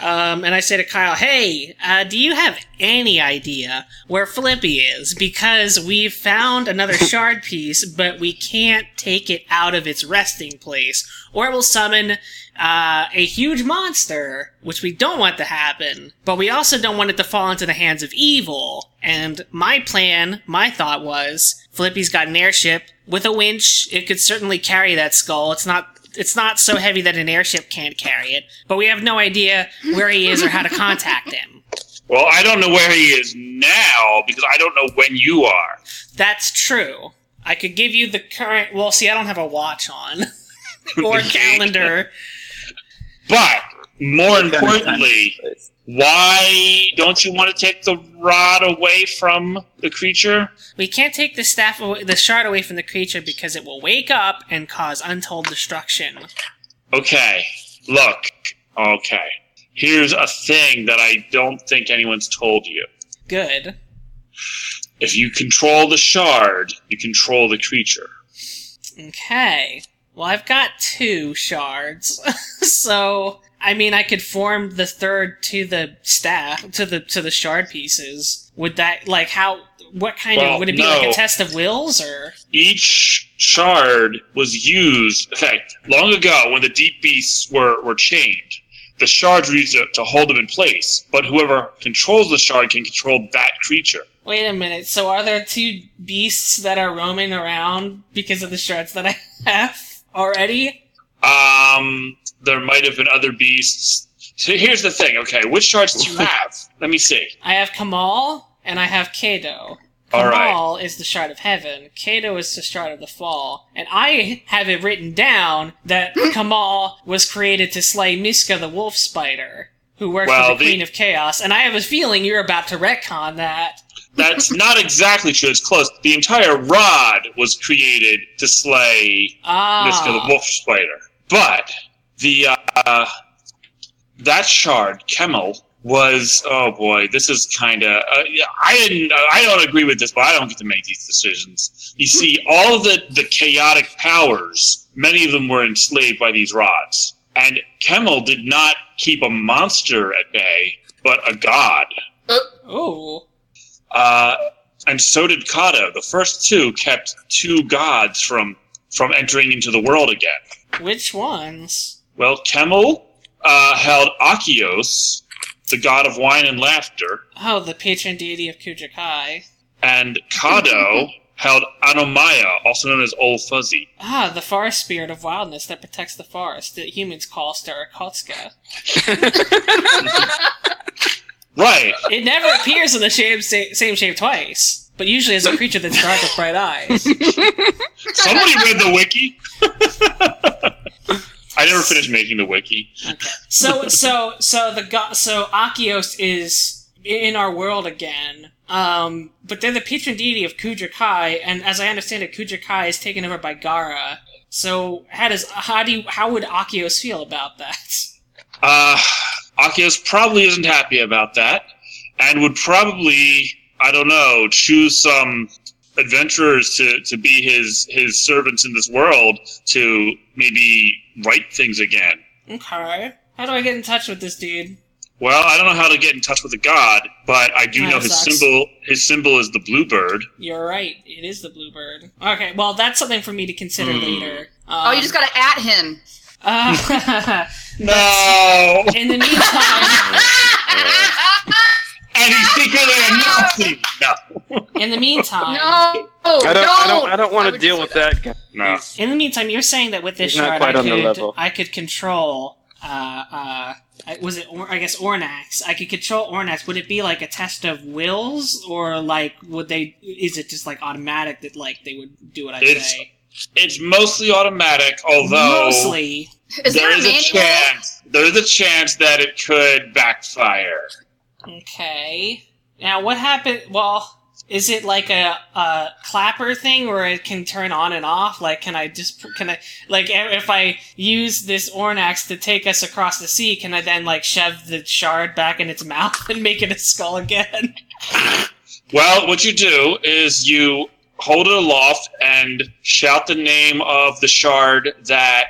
Speaker 4: um, and I say to Kyle, "Hey, uh, do you have any idea where Flippy is? Because we found another shard piece, but we can't take it out of its resting place, or it will summon." Uh, a huge monster, which we don't want to happen, but we also don't want it to fall into the hands of evil. And my plan, my thought was, Flippy's got an airship with a winch. It could certainly carry that skull. It's not. It's not so heavy that an airship can't carry it. But we have no idea where he is or how to contact him.
Speaker 5: Well, I don't know where he is now because I don't know when you are.
Speaker 4: That's true. I could give you the current. Well, see, I don't have a watch on or a calendar.
Speaker 5: But more importantly, why don't you want to take the rod away from the creature?
Speaker 4: We can't take the staff, away, the shard away from the creature because it will wake up and cause untold destruction.
Speaker 5: Okay, look. Okay. Here's a thing that I don't think anyone's told you.
Speaker 4: Good.
Speaker 5: If you control the shard, you control the creature.
Speaker 4: Okay. Well, I've got two shards, so I mean, I could form the third to the staff to the to the shard pieces. Would that like how? What kind
Speaker 5: Well,
Speaker 4: of would it be
Speaker 5: no.
Speaker 4: like a test of wills or?
Speaker 5: Each shard was used, in fact, long ago when the deep beasts were, were chained. The shards were used to, to hold them in place, but whoever controls the shard can control that creature.
Speaker 4: Wait a minute. So are there two beasts that are roaming around because of the shards that I have already?
Speaker 5: Um, there might have been other beasts. So here's the thing, okay, which shards do you have? Let me see.
Speaker 4: I have Kamal and I have Kado.
Speaker 5: All right.
Speaker 4: Kamal is the shard of heaven. Kato is the shard of the fall. And I have it written down that Kamal was created to slay Miska the wolf spider, who works
Speaker 5: Well,
Speaker 4: for the
Speaker 5: the-
Speaker 4: Queen of Chaos. And I have a feeling you're about to retcon that.
Speaker 5: That's not exactly true, it's close. The entire rod was created to slay
Speaker 4: Ah.
Speaker 5: Miska the Wolf Spider. But the uh, that shard Kemmel was oh boy, this is kind of uh, yeah, I didn't I don't agree with this, but I don't get to make these decisions. You see, all of the the chaotic powers, many of them were enslaved by these rods, and Kemmel did not keep a monster at bay, but a god.
Speaker 4: Ah, Ooh.
Speaker 5: Uh, and so did Kato. The first two kept two gods from from entering into the world again.
Speaker 4: Which ones?
Speaker 5: Well, Kemmel uh, held Akios, the god of wine and laughter,
Speaker 4: Oh, the patron deity of Kujakai.
Speaker 5: and Kado held Anomaya, also known as Old Fuzzy.
Speaker 4: Ah, the forest spirit of wildness that protects the forest that humans call Starakotska.
Speaker 5: Right.
Speaker 4: It never appears in the same, same shape twice, but usually as a creature that's dark with bright eyes.
Speaker 5: Somebody read the wiki. I never finished making the wiki.
Speaker 4: So, so, so the go- so Akios is in our world again. Um, but they're the patron deity of Kuja Kai, and as I understand it, Kuja Kai is taken over by Gara. So how does how do you, how would Akios feel about that?
Speaker 5: Uh, Akios probably isn't happy about that, and would probably, I don't know, choose some adventurers to, to be his his servants in this world to maybe right things again.
Speaker 4: Okay. How do I get in touch with this dude?
Speaker 5: Well, I don't know how to get in touch with a god, but I do
Speaker 4: Ah,
Speaker 5: know
Speaker 4: that
Speaker 5: his
Speaker 4: sucks.
Speaker 5: symbol. His symbol is the bluebird.
Speaker 4: You're right. It is the bluebird. Okay. Well, that's something for me to consider
Speaker 2: Hmm.
Speaker 4: later.
Speaker 3: Oh,
Speaker 4: Um,
Speaker 3: you just gotta at him.
Speaker 4: Uh,
Speaker 5: No,
Speaker 4: in the meantime,
Speaker 5: and he's secretly a Nazi. No,
Speaker 4: in the meantime,
Speaker 3: no,
Speaker 6: I don't.
Speaker 3: no.
Speaker 6: I don't. I don't
Speaker 3: Why
Speaker 6: want to
Speaker 3: would you
Speaker 6: deal
Speaker 3: say
Speaker 6: with that.
Speaker 3: that?
Speaker 6: guy.
Speaker 5: no.
Speaker 6: He's-
Speaker 4: in the meantime, you're saying that with this
Speaker 6: He's not
Speaker 4: shard,
Speaker 6: quite
Speaker 4: I
Speaker 6: on the
Speaker 4: could
Speaker 6: level.
Speaker 4: I could control. Uh, uh, I- was it? Or, I guess Ornax. I could control Ornax. Would it be like a test of wills, or like would they? Is it just like automatic that like they would do what I
Speaker 5: It's-
Speaker 4: say?
Speaker 5: It's mostly automatic, although
Speaker 4: Mostly.
Speaker 3: Is there,
Speaker 5: there is
Speaker 3: a
Speaker 5: a
Speaker 3: manual?
Speaker 5: chance. There is a chance that it could backfire.
Speaker 4: Okay. Now, what happened? Well, is it like a, a clapper thing where it can turn on and off? Like, can I just can I like i- if I use this Ornax to take us across the sea? Can I then like shove the shard back in its mouth and make it a skull again?
Speaker 5: Well, what you do is you hold it aloft and shout the name of the shard that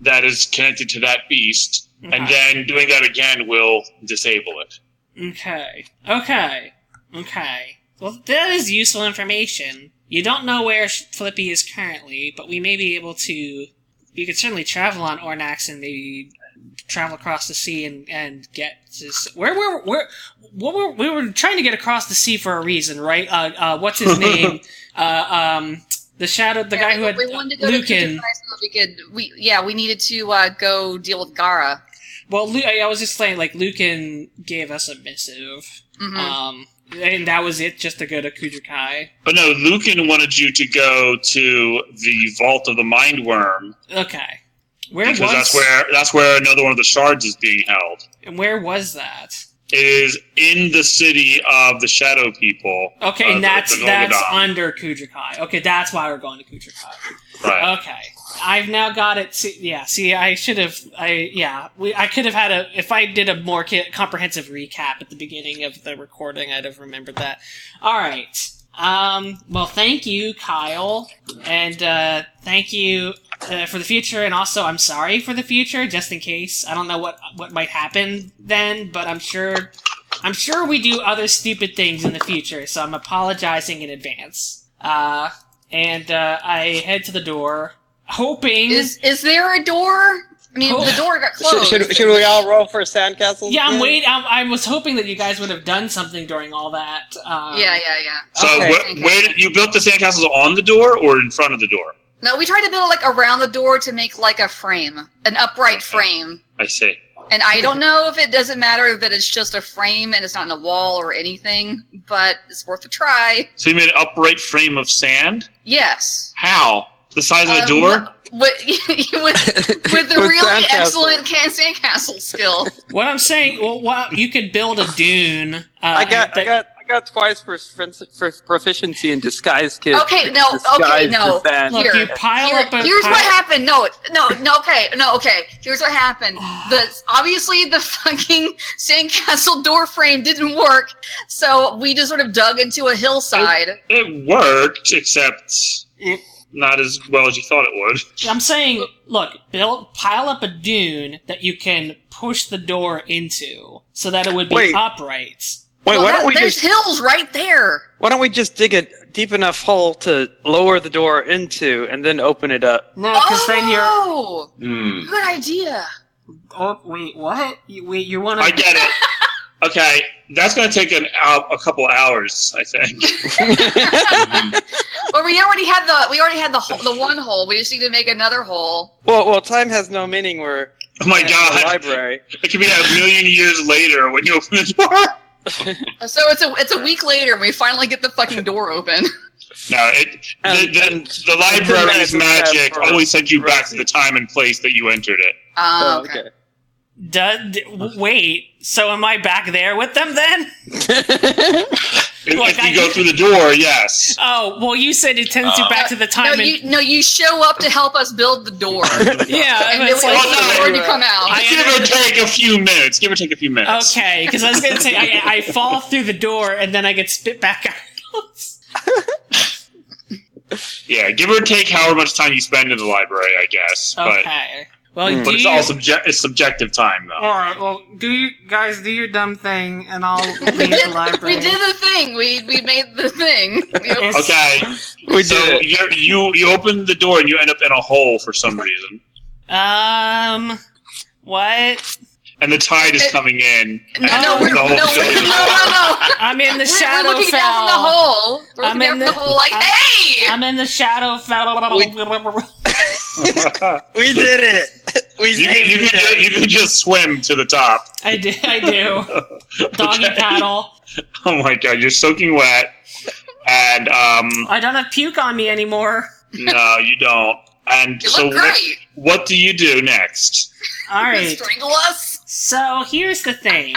Speaker 5: that is connected to that beast, and then doing that again will disable it.
Speaker 4: Okay. Okay. Okay. Well, that is useful information. You don't know where Sh- Flippy is currently, but we may be able to. You could certainly travel on Ornax and maybe travel across the sea and, and get to. s- Where were where, what were we were trying to get across the sea for a reason, right? Uh, uh what's his name? uh, um, the shadow, the guy who had uh,
Speaker 3: we wanted to go to
Speaker 4: Lucan.
Speaker 3: Kutubai so that we could. We yeah, we needed to uh, go deal with Gara.
Speaker 4: Well, Lu- I I was just saying, like Lucan gave us a missive,
Speaker 3: hmm
Speaker 4: um, and that was it, just to go to Kujukai.
Speaker 5: But no, Lucan wanted you to go to the vault of the mind worm
Speaker 4: Okay. Where
Speaker 5: because
Speaker 4: was
Speaker 5: that's where that's where another one of the shards is being held.
Speaker 4: and where was that?
Speaker 5: It is in the city of the shadow people.
Speaker 4: Okay,
Speaker 5: Uh,
Speaker 4: and
Speaker 5: the-
Speaker 4: that's
Speaker 5: the Northern
Speaker 4: that's
Speaker 5: Dom.
Speaker 4: under Kudrakai. Okay, that's why we're going to Kudrakai.
Speaker 5: Right.
Speaker 6: Uh,
Speaker 4: Okay. I've now got it. See, yeah, see, I should have. I yeah, we. I could have had a. If I did a more ca- comprehensive recap at the beginning of the recording, I'd have remembered that. All right. Um. Well, thank you, Kyle, and uh, thank you uh, for the future, and also I'm sorry for the future, just in case. I don't know what what might happen then, but I'm sure. I'm sure we do other stupid things in the future, so I'm apologizing in advance. Uh, and uh, I head to the door, hoping.
Speaker 3: Is is there a door? I mean,
Speaker 4: Oh.
Speaker 3: the door got
Speaker 7: Should,
Speaker 3: closed.
Speaker 7: should, should we all roll for sandcastles?
Speaker 4: yeah, I'm
Speaker 7: again?
Speaker 4: wait. I, I was hoping that you guys would have done something during all that. Um,
Speaker 3: yeah, yeah, yeah.
Speaker 5: So
Speaker 7: Okay.
Speaker 5: wh- where did- you built the sandcastles on the door or in front of the door?
Speaker 3: No, we tried to build like around the door to make like a frame, an upright frame.
Speaker 5: I see.
Speaker 3: And I don't know if it doesn't matter that it's just a frame and it's not in a wall or anything, but it's worth a try.
Speaker 5: So you made an upright frame of sand?
Speaker 3: Yes.
Speaker 5: How? The size of the
Speaker 3: Um,
Speaker 5: door?
Speaker 3: With, with, with the
Speaker 6: With
Speaker 3: really
Speaker 6: sandcastle.
Speaker 3: excellent can sandcastle skill.
Speaker 4: What I'm saying, well, what, you could build a dune. Uh,
Speaker 6: I got. I
Speaker 4: that-
Speaker 6: got. I got twice for, prof- for proficiency in disguise, kid.
Speaker 3: Okay, no, okay,
Speaker 6: Disguise
Speaker 3: no.
Speaker 6: the sand.
Speaker 4: Look,
Speaker 3: Here,
Speaker 4: you pile
Speaker 3: Here-
Speaker 4: up a.
Speaker 3: here's
Speaker 4: pile-
Speaker 3: what happened. No, no, no. Okay, no. Okay. Here's what happened. The obviously the fucking sandcastle door frame didn't work, so we just sort of dug into a hillside.
Speaker 5: It worked, except
Speaker 4: Mm.
Speaker 5: not as well as you thought it would.
Speaker 4: I'm saying, look, build pile up a dune that you can push the door into, so that it would be
Speaker 6: Wait.
Speaker 4: upright.
Speaker 6: Wait,
Speaker 3: Well,
Speaker 6: why
Speaker 3: that-
Speaker 6: don't we
Speaker 3: there's
Speaker 6: just
Speaker 3: hills right there.
Speaker 6: why don't we just dig a deep enough hole to lower the door into and then open it up?
Speaker 4: No, because then you're.
Speaker 3: Oh,
Speaker 2: Hmm.
Speaker 3: good idea.
Speaker 4: Oh wait, what? You, wait, you
Speaker 6: Uh.
Speaker 4: want
Speaker 5: I get it. Okay, that's going to take an uh, a couple hours, I think.
Speaker 3: But we already had the we already had the hole, the one hole. We just need to make another hole.
Speaker 6: Well, well, time has no meaning. We're
Speaker 5: Oh my
Speaker 6: at the
Speaker 5: god.
Speaker 6: library.
Speaker 5: It could be a million years later when you open the door.
Speaker 3: So it's a it's a week later and we finally get the fucking door open.
Speaker 5: No, it,
Speaker 6: And-
Speaker 5: the, the,
Speaker 6: and-
Speaker 5: the library's
Speaker 6: and-
Speaker 5: magic
Speaker 6: and-
Speaker 5: always sent you back to the time and place that you entered it.
Speaker 3: Um,
Speaker 6: Oh, okay.
Speaker 4: Duh, d- wait, so am I back there with them then? Like
Speaker 5: if
Speaker 4: I-
Speaker 5: you go through the door, yes.
Speaker 4: Oh, well, you said it sends you
Speaker 2: Uh,
Speaker 4: back to the
Speaker 3: No,
Speaker 4: time. and,
Speaker 3: you no, you show up to help us build the door, and
Speaker 4: yeah,
Speaker 3: then
Speaker 4: and
Speaker 3: we
Speaker 4: it's
Speaker 3: wait
Speaker 4: like,
Speaker 5: Oh,
Speaker 3: for the door to come out.
Speaker 4: I
Speaker 5: give or take a few minutes. Give or take a few minutes.
Speaker 4: okay, because I was going to say I, I fall through the door and then I get spit back out.
Speaker 5: Yeah, give or take however much time you spend in the library, I guess.
Speaker 4: okay. Well,
Speaker 5: But,
Speaker 4: do
Speaker 5: Hmm. but it's
Speaker 4: you,
Speaker 5: all subject. It's subjective time,
Speaker 4: all
Speaker 5: though.
Speaker 4: right. Well, do you guys do your dumb thing, and I'll leave the library.
Speaker 3: we did the thing. We we made the thing. We-
Speaker 4: It's-
Speaker 5: Okay,
Speaker 6: We
Speaker 5: so
Speaker 6: did it.
Speaker 5: you you you open the door and you end up in a hole for some reason,
Speaker 4: Um, what?
Speaker 5: and the tide is coming in.
Speaker 3: No,
Speaker 5: and
Speaker 3: no, we're,
Speaker 5: the
Speaker 3: no,
Speaker 5: whole
Speaker 3: we're, no,
Speaker 5: thing is-
Speaker 3: no, no.
Speaker 4: I'm in the
Speaker 3: We're-
Speaker 4: shadow.
Speaker 3: We're looking down from the hole. We're
Speaker 4: I'm
Speaker 3: looking down from
Speaker 4: in
Speaker 3: the
Speaker 4: the-
Speaker 3: hole like,
Speaker 4: I'm-
Speaker 3: hey!
Speaker 4: I'm in the shadow.
Speaker 1: We did it. We
Speaker 5: you,
Speaker 1: did
Speaker 5: can, you, can, ju- you can just swim to the top.
Speaker 4: I do. I do. Doggy
Speaker 5: Okay.
Speaker 4: paddle.
Speaker 5: Oh my god, you're soaking wet, and um,
Speaker 4: I don't have puke on me anymore.
Speaker 5: no, you don't. And
Speaker 3: you
Speaker 5: so
Speaker 3: look
Speaker 5: what,
Speaker 3: great.
Speaker 5: what do you do next?
Speaker 4: All
Speaker 3: You
Speaker 4: right.
Speaker 3: strangle us.
Speaker 4: So here's the thing.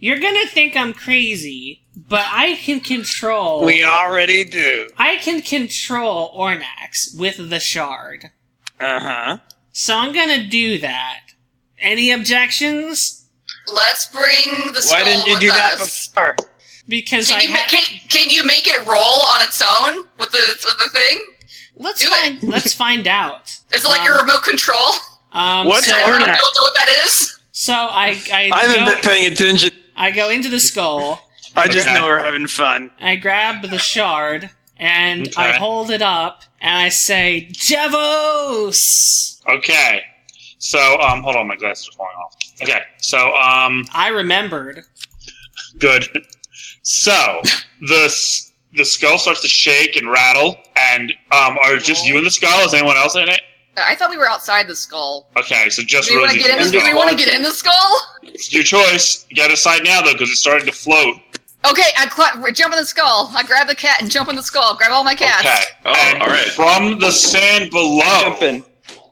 Speaker 4: You're gonna think I'm crazy, but I can control.
Speaker 1: We already do.
Speaker 4: I can control Ornax with the shard.
Speaker 1: Uh huh.
Speaker 4: So I'm gonna do that. Any objections?
Speaker 3: Let's bring the skull
Speaker 1: Why didn't you
Speaker 3: with
Speaker 1: do that
Speaker 3: us.
Speaker 1: before?
Speaker 4: Because
Speaker 3: Can
Speaker 4: I
Speaker 3: you, ma-
Speaker 4: ha-
Speaker 3: can, can you make it roll on its own with the, with the thing?
Speaker 4: let's
Speaker 3: do
Speaker 4: find let's find out.
Speaker 3: Is it like
Speaker 4: Um,
Speaker 3: your remote control?
Speaker 4: Um,
Speaker 1: What's
Speaker 4: so,
Speaker 3: I don't know
Speaker 1: Ornax?
Speaker 3: what that is.
Speaker 4: so I I
Speaker 6: I haven't
Speaker 4: go,
Speaker 6: been paying attention.
Speaker 4: I go into the skull.
Speaker 1: I just
Speaker 5: Okay.
Speaker 1: know we're having fun.
Speaker 4: I grab the shard and I
Speaker 5: Okay.
Speaker 4: hold it up and I say Javos.
Speaker 5: Okay, so um, hold on, my glasses are falling off. Okay, so um,
Speaker 4: I remembered.
Speaker 5: good. So the s- the skull starts to shake and rattle, and um, are it just you in the skull? Is anyone else in it?
Speaker 3: I thought we were outside the skull.
Speaker 5: Okay, so just
Speaker 3: Do we want to
Speaker 5: Rosie's
Speaker 3: get
Speaker 5: in
Speaker 3: in?
Speaker 5: the
Speaker 3: Do we
Speaker 5: skull.
Speaker 3: want to get in the skull?
Speaker 5: It's your choice. You gotta decide now though, because it's starting to float.
Speaker 3: Okay, I cl- jump in the skull. I grab the cat and jump in the skull. Grab all my cats.
Speaker 5: Okay.
Speaker 2: Oh,
Speaker 5: and
Speaker 2: all right.
Speaker 5: From the sand below,
Speaker 6: Jump in.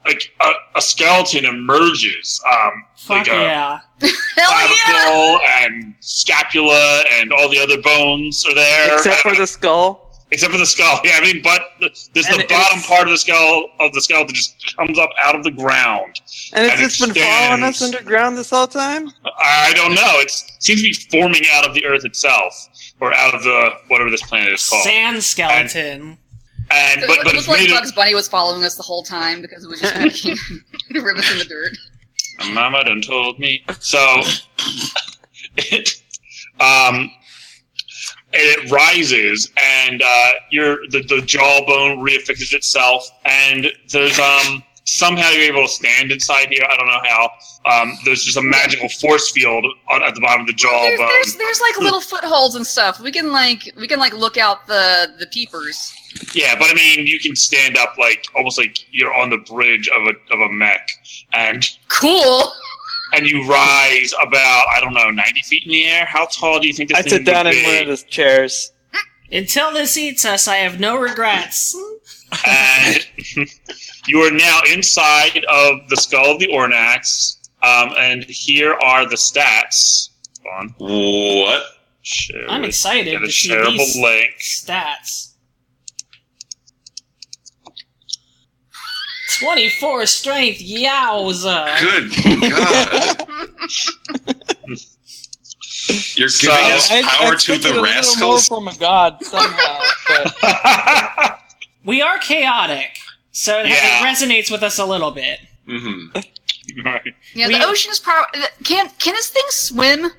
Speaker 5: like a, a skeleton emerges. Um,
Speaker 4: Fuck
Speaker 5: like a
Speaker 4: yeah.
Speaker 3: Hell yeah!
Speaker 5: clavicle and scapula and all the other bones are there,
Speaker 6: Except for the skull.
Speaker 5: except for the skull. Yeah, I mean, but the, this
Speaker 6: And
Speaker 5: the
Speaker 6: it-
Speaker 5: bottom part of the skull of the skeleton just comes up out of the ground.
Speaker 6: And it's
Speaker 5: And it
Speaker 6: just been following us
Speaker 5: stands.
Speaker 6: underground this whole time?
Speaker 5: I don't know. It seems to be forming out of the earth itself, or out of the whatever this planet is called.
Speaker 4: Sand skeleton.
Speaker 5: And
Speaker 3: So
Speaker 5: but
Speaker 3: it
Speaker 5: but
Speaker 3: was
Speaker 5: it's
Speaker 3: like
Speaker 5: made
Speaker 3: Bugs
Speaker 5: of.
Speaker 3: Bunny was following us the whole time because it was just making ribbons in the dirt.
Speaker 5: Mama done told me so. It um. It rises, and uh, your the, the jawbone reaffixes itself, and there's um somehow you're able to stand inside here. I don't know how. Um, there's just a magical force field on, at the bottom of the
Speaker 3: There's,
Speaker 5: jawbone.
Speaker 3: there's there's like little footholds and stuff. We can like we can like look out the the peepers.
Speaker 5: Yeah, but I mean, you can stand up like almost like you're on the bridge of a of a mech, and
Speaker 3: Cool.
Speaker 5: and you rise about I don't know ninety feet in the air. How tall do you think this
Speaker 6: I
Speaker 5: thing
Speaker 6: sit down
Speaker 5: would
Speaker 6: in
Speaker 5: be?
Speaker 6: one of the chairs.
Speaker 4: Until this eats us, I have no regrets.
Speaker 5: and you are now inside of the skull of the Ornax. Um, and here are the stats. Hold on.
Speaker 2: What?
Speaker 5: Share
Speaker 4: I'm
Speaker 5: with-
Speaker 4: excited
Speaker 5: get a
Speaker 4: to see
Speaker 5: shareable
Speaker 4: these
Speaker 5: link.
Speaker 4: stats. 24 strength, yowza.
Speaker 2: Good God. You're giving
Speaker 5: So-
Speaker 2: us
Speaker 7: I
Speaker 2: power to
Speaker 7: expected a
Speaker 2: the
Speaker 7: little more
Speaker 2: rascals?
Speaker 7: from a god somehow. but
Speaker 4: We are chaotic, so it,
Speaker 5: Yeah.
Speaker 4: it resonates with us a little bit.
Speaker 2: hmm
Speaker 3: Yeah,
Speaker 4: We-
Speaker 3: the ocean is probably can can this thing swim?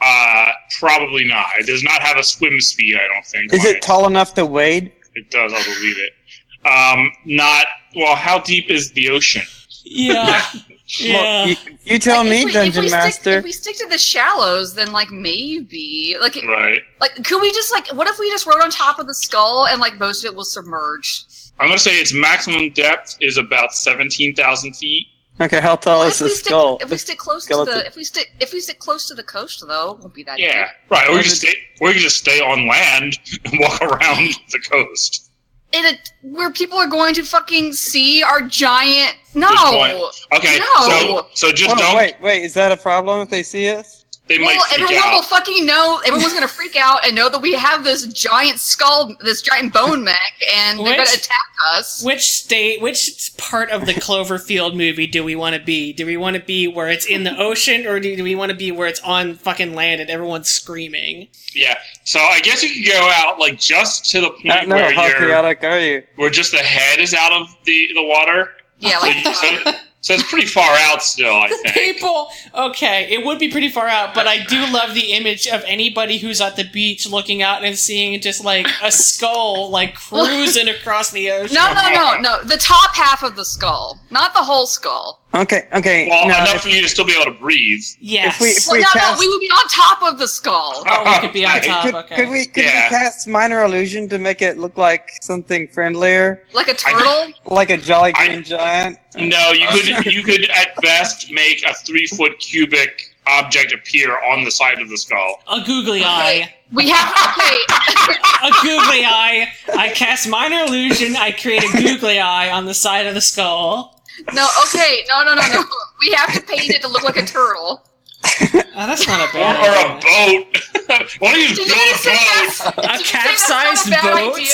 Speaker 5: uh, probably not. It does not have a swim speed. I don't think.
Speaker 6: Is
Speaker 5: on
Speaker 6: it tall enough to wade?
Speaker 5: It does, I'll believe it. Um, not well. How deep is the ocean?
Speaker 4: Yeah.
Speaker 6: Well,
Speaker 4: yeah.
Speaker 6: you, you tell
Speaker 3: Like,
Speaker 6: me,
Speaker 3: if we- if
Speaker 6: Dungeon
Speaker 3: we Stick,
Speaker 6: Master.
Speaker 3: if we stick to the shallows, then like maybe like
Speaker 5: Right.
Speaker 3: like could we just like what if we just rode on top of the skull and like most of it was submerged?
Speaker 5: I'm gonna say its maximum depth is about seventeen thousand feet.
Speaker 6: Okay, how tall
Speaker 3: What
Speaker 6: is
Speaker 3: if,
Speaker 6: the
Speaker 3: we stick,
Speaker 6: skull?
Speaker 3: if we stick close to
Speaker 6: skeleton.
Speaker 3: the if we stick if we stick close to the coast though, it won't be that
Speaker 5: Yeah. Right. Or you just stay, or you just stay on land and walk around the coast.
Speaker 3: in a where people are going to fucking see our giant
Speaker 5: Good point.
Speaker 3: no
Speaker 5: Okay.
Speaker 3: No.
Speaker 5: So so just
Speaker 6: Oh,
Speaker 5: don't.
Speaker 6: wait, wait, is that a problem if they see us?
Speaker 5: They might
Speaker 3: well,
Speaker 5: freak
Speaker 3: everyone will
Speaker 5: out.
Speaker 3: fucking know. Everyone's gonna freak out and know that we have this giant skull, this giant bone mech, and they're
Speaker 4: Which-
Speaker 3: gonna attack us.
Speaker 4: Which state, which part of the Cloverfield movie do we want to be? Do we want to be where it's in the ocean, or do do we want to be where it's on fucking land and everyone's screaming?
Speaker 5: Yeah. So I guess you could go out like just to the
Speaker 6: I
Speaker 5: point
Speaker 6: don't know,
Speaker 5: where
Speaker 6: Uh, how
Speaker 5: you're,
Speaker 6: chaotic are you?
Speaker 5: where just the head is out of the the water.
Speaker 3: Yeah,
Speaker 5: So,
Speaker 3: like
Speaker 5: you- so, so it's pretty far out still. I
Speaker 4: The
Speaker 5: think.
Speaker 4: people. Okay, it would be pretty far out, but I do love the image of anybody who's at the beach looking out and seeing just like a skull like cruising across the ocean.
Speaker 3: no, no, no, no. The top half of the skull, not the whole skull.
Speaker 6: Okay, okay.
Speaker 5: Well,
Speaker 6: no,
Speaker 5: enough
Speaker 6: if-
Speaker 5: for you to still be able to breathe.
Speaker 4: Yes.
Speaker 6: If we- if
Speaker 3: Well, no,
Speaker 6: cast-
Speaker 3: no, we would be on top of the skull.
Speaker 4: oh, we could be on top.
Speaker 6: could,
Speaker 4: okay.
Speaker 6: could we could
Speaker 5: Yeah.
Speaker 6: we cast minor illusion to make it look like something friendlier,
Speaker 3: Like a turtle?
Speaker 6: like a jolly
Speaker 5: I-
Speaker 6: green giant?
Speaker 5: No, you could you could at best make a three foot cubic object appear on the side of the skull.
Speaker 4: A googly eye.
Speaker 3: We have okay.
Speaker 4: A googly eye. I cast minor illusion. I create a googly eye on the side of the skull.
Speaker 3: No, okay, no, no, no, no. We have to paint it to look like a turtle.
Speaker 4: Oh, that's not a
Speaker 5: Or, or a
Speaker 4: bad idea.
Speaker 5: boat. Why don't you
Speaker 3: Did
Speaker 5: build
Speaker 3: you just
Speaker 5: a
Speaker 3: say
Speaker 5: boat?
Speaker 3: that's, did you say
Speaker 4: A
Speaker 3: that's not
Speaker 4: capsized
Speaker 3: a bad
Speaker 4: boat?
Speaker 3: idea?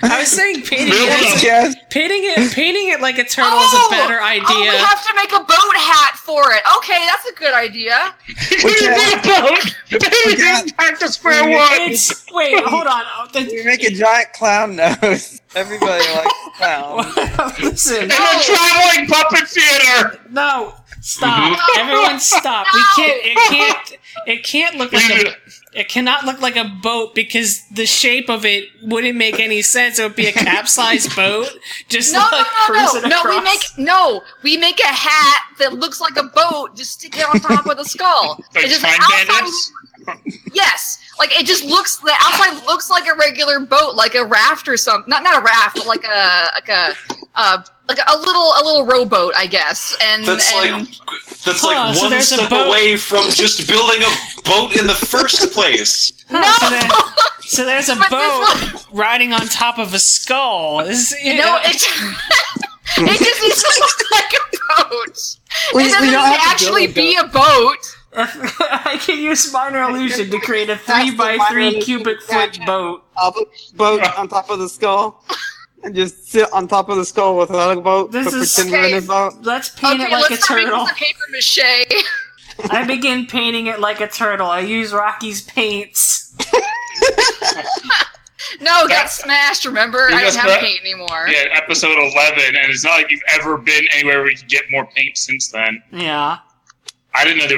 Speaker 4: I was saying painting
Speaker 5: Build
Speaker 4: it,
Speaker 5: a-
Speaker 6: Yes.
Speaker 4: painting it, painting it like a turtle is a better idea.
Speaker 3: Oh, we have to make a boat hat for it. Okay, that's a good idea.
Speaker 5: You
Speaker 6: can't-
Speaker 5: build a boat.
Speaker 6: we
Speaker 5: Just Back to square one.
Speaker 4: it's wait, hold on. Oh,
Speaker 6: We
Speaker 4: the-
Speaker 6: make a giant clown nose. Everybody likes clowns.
Speaker 4: Listen,
Speaker 5: In a traveling puppet theater.
Speaker 4: no, stop! Everyone, stop! We can't. It can't. It can't look like a. It cannot look like a boat because the shape of it wouldn't make any sense. It would be a capsized boat, just
Speaker 3: No,
Speaker 4: like
Speaker 3: no, no,
Speaker 4: cruising
Speaker 3: no, no.
Speaker 4: across.
Speaker 3: We make no. We make a hat that looks like a boat. Just stick it on top of the skull.
Speaker 5: Like
Speaker 3: It just-
Speaker 5: Time
Speaker 3: outside-
Speaker 5: Bandits?
Speaker 3: Yes, like it just looks. The outside looks like a regular boat, like a raft or something. Not not a raft, but like a like a uh, like a little a little rowboat, I guess. And
Speaker 2: That's
Speaker 3: and
Speaker 2: like that's
Speaker 4: Huh,
Speaker 2: like
Speaker 4: so
Speaker 2: one
Speaker 4: there's a
Speaker 2: step
Speaker 4: boat.
Speaker 2: away from just building a boat in the first place.
Speaker 4: Huh,
Speaker 3: no.
Speaker 4: so, there- so there's a
Speaker 3: But
Speaker 4: boat
Speaker 3: this
Speaker 4: riding on top of a skull. This is,
Speaker 3: no, it it just needs to look like a boat.
Speaker 6: We-
Speaker 3: it doesn't
Speaker 6: we
Speaker 3: need
Speaker 6: don't
Speaker 3: to
Speaker 6: have to build
Speaker 3: actually
Speaker 6: a
Speaker 3: be a boat.
Speaker 4: I can use minor illusion to create a
Speaker 6: That's
Speaker 4: three
Speaker 6: the
Speaker 4: by
Speaker 6: minor
Speaker 4: three
Speaker 6: illusion
Speaker 4: cubic foot
Speaker 6: gadget.
Speaker 4: boat.
Speaker 6: a bo- boat on top of the skull and just sit on top of the skull with another boat
Speaker 4: This
Speaker 6: but
Speaker 4: is-
Speaker 6: pretend we're in a boat.
Speaker 4: Let's paint it
Speaker 3: okay,
Speaker 4: like a
Speaker 3: let's start making
Speaker 4: turtle.
Speaker 3: some paper mache.
Speaker 4: I begin painting it like a turtle. I use Rocky's paints.
Speaker 3: No, it got smashed. Remember,
Speaker 5: You
Speaker 3: I
Speaker 5: got
Speaker 3: don't have
Speaker 5: scra-
Speaker 3: paint anymore.
Speaker 5: Yeah, episode eleven, and it's not like you've ever been anywhere where you could get more paint since then.
Speaker 4: Yeah.
Speaker 5: I didn't know they were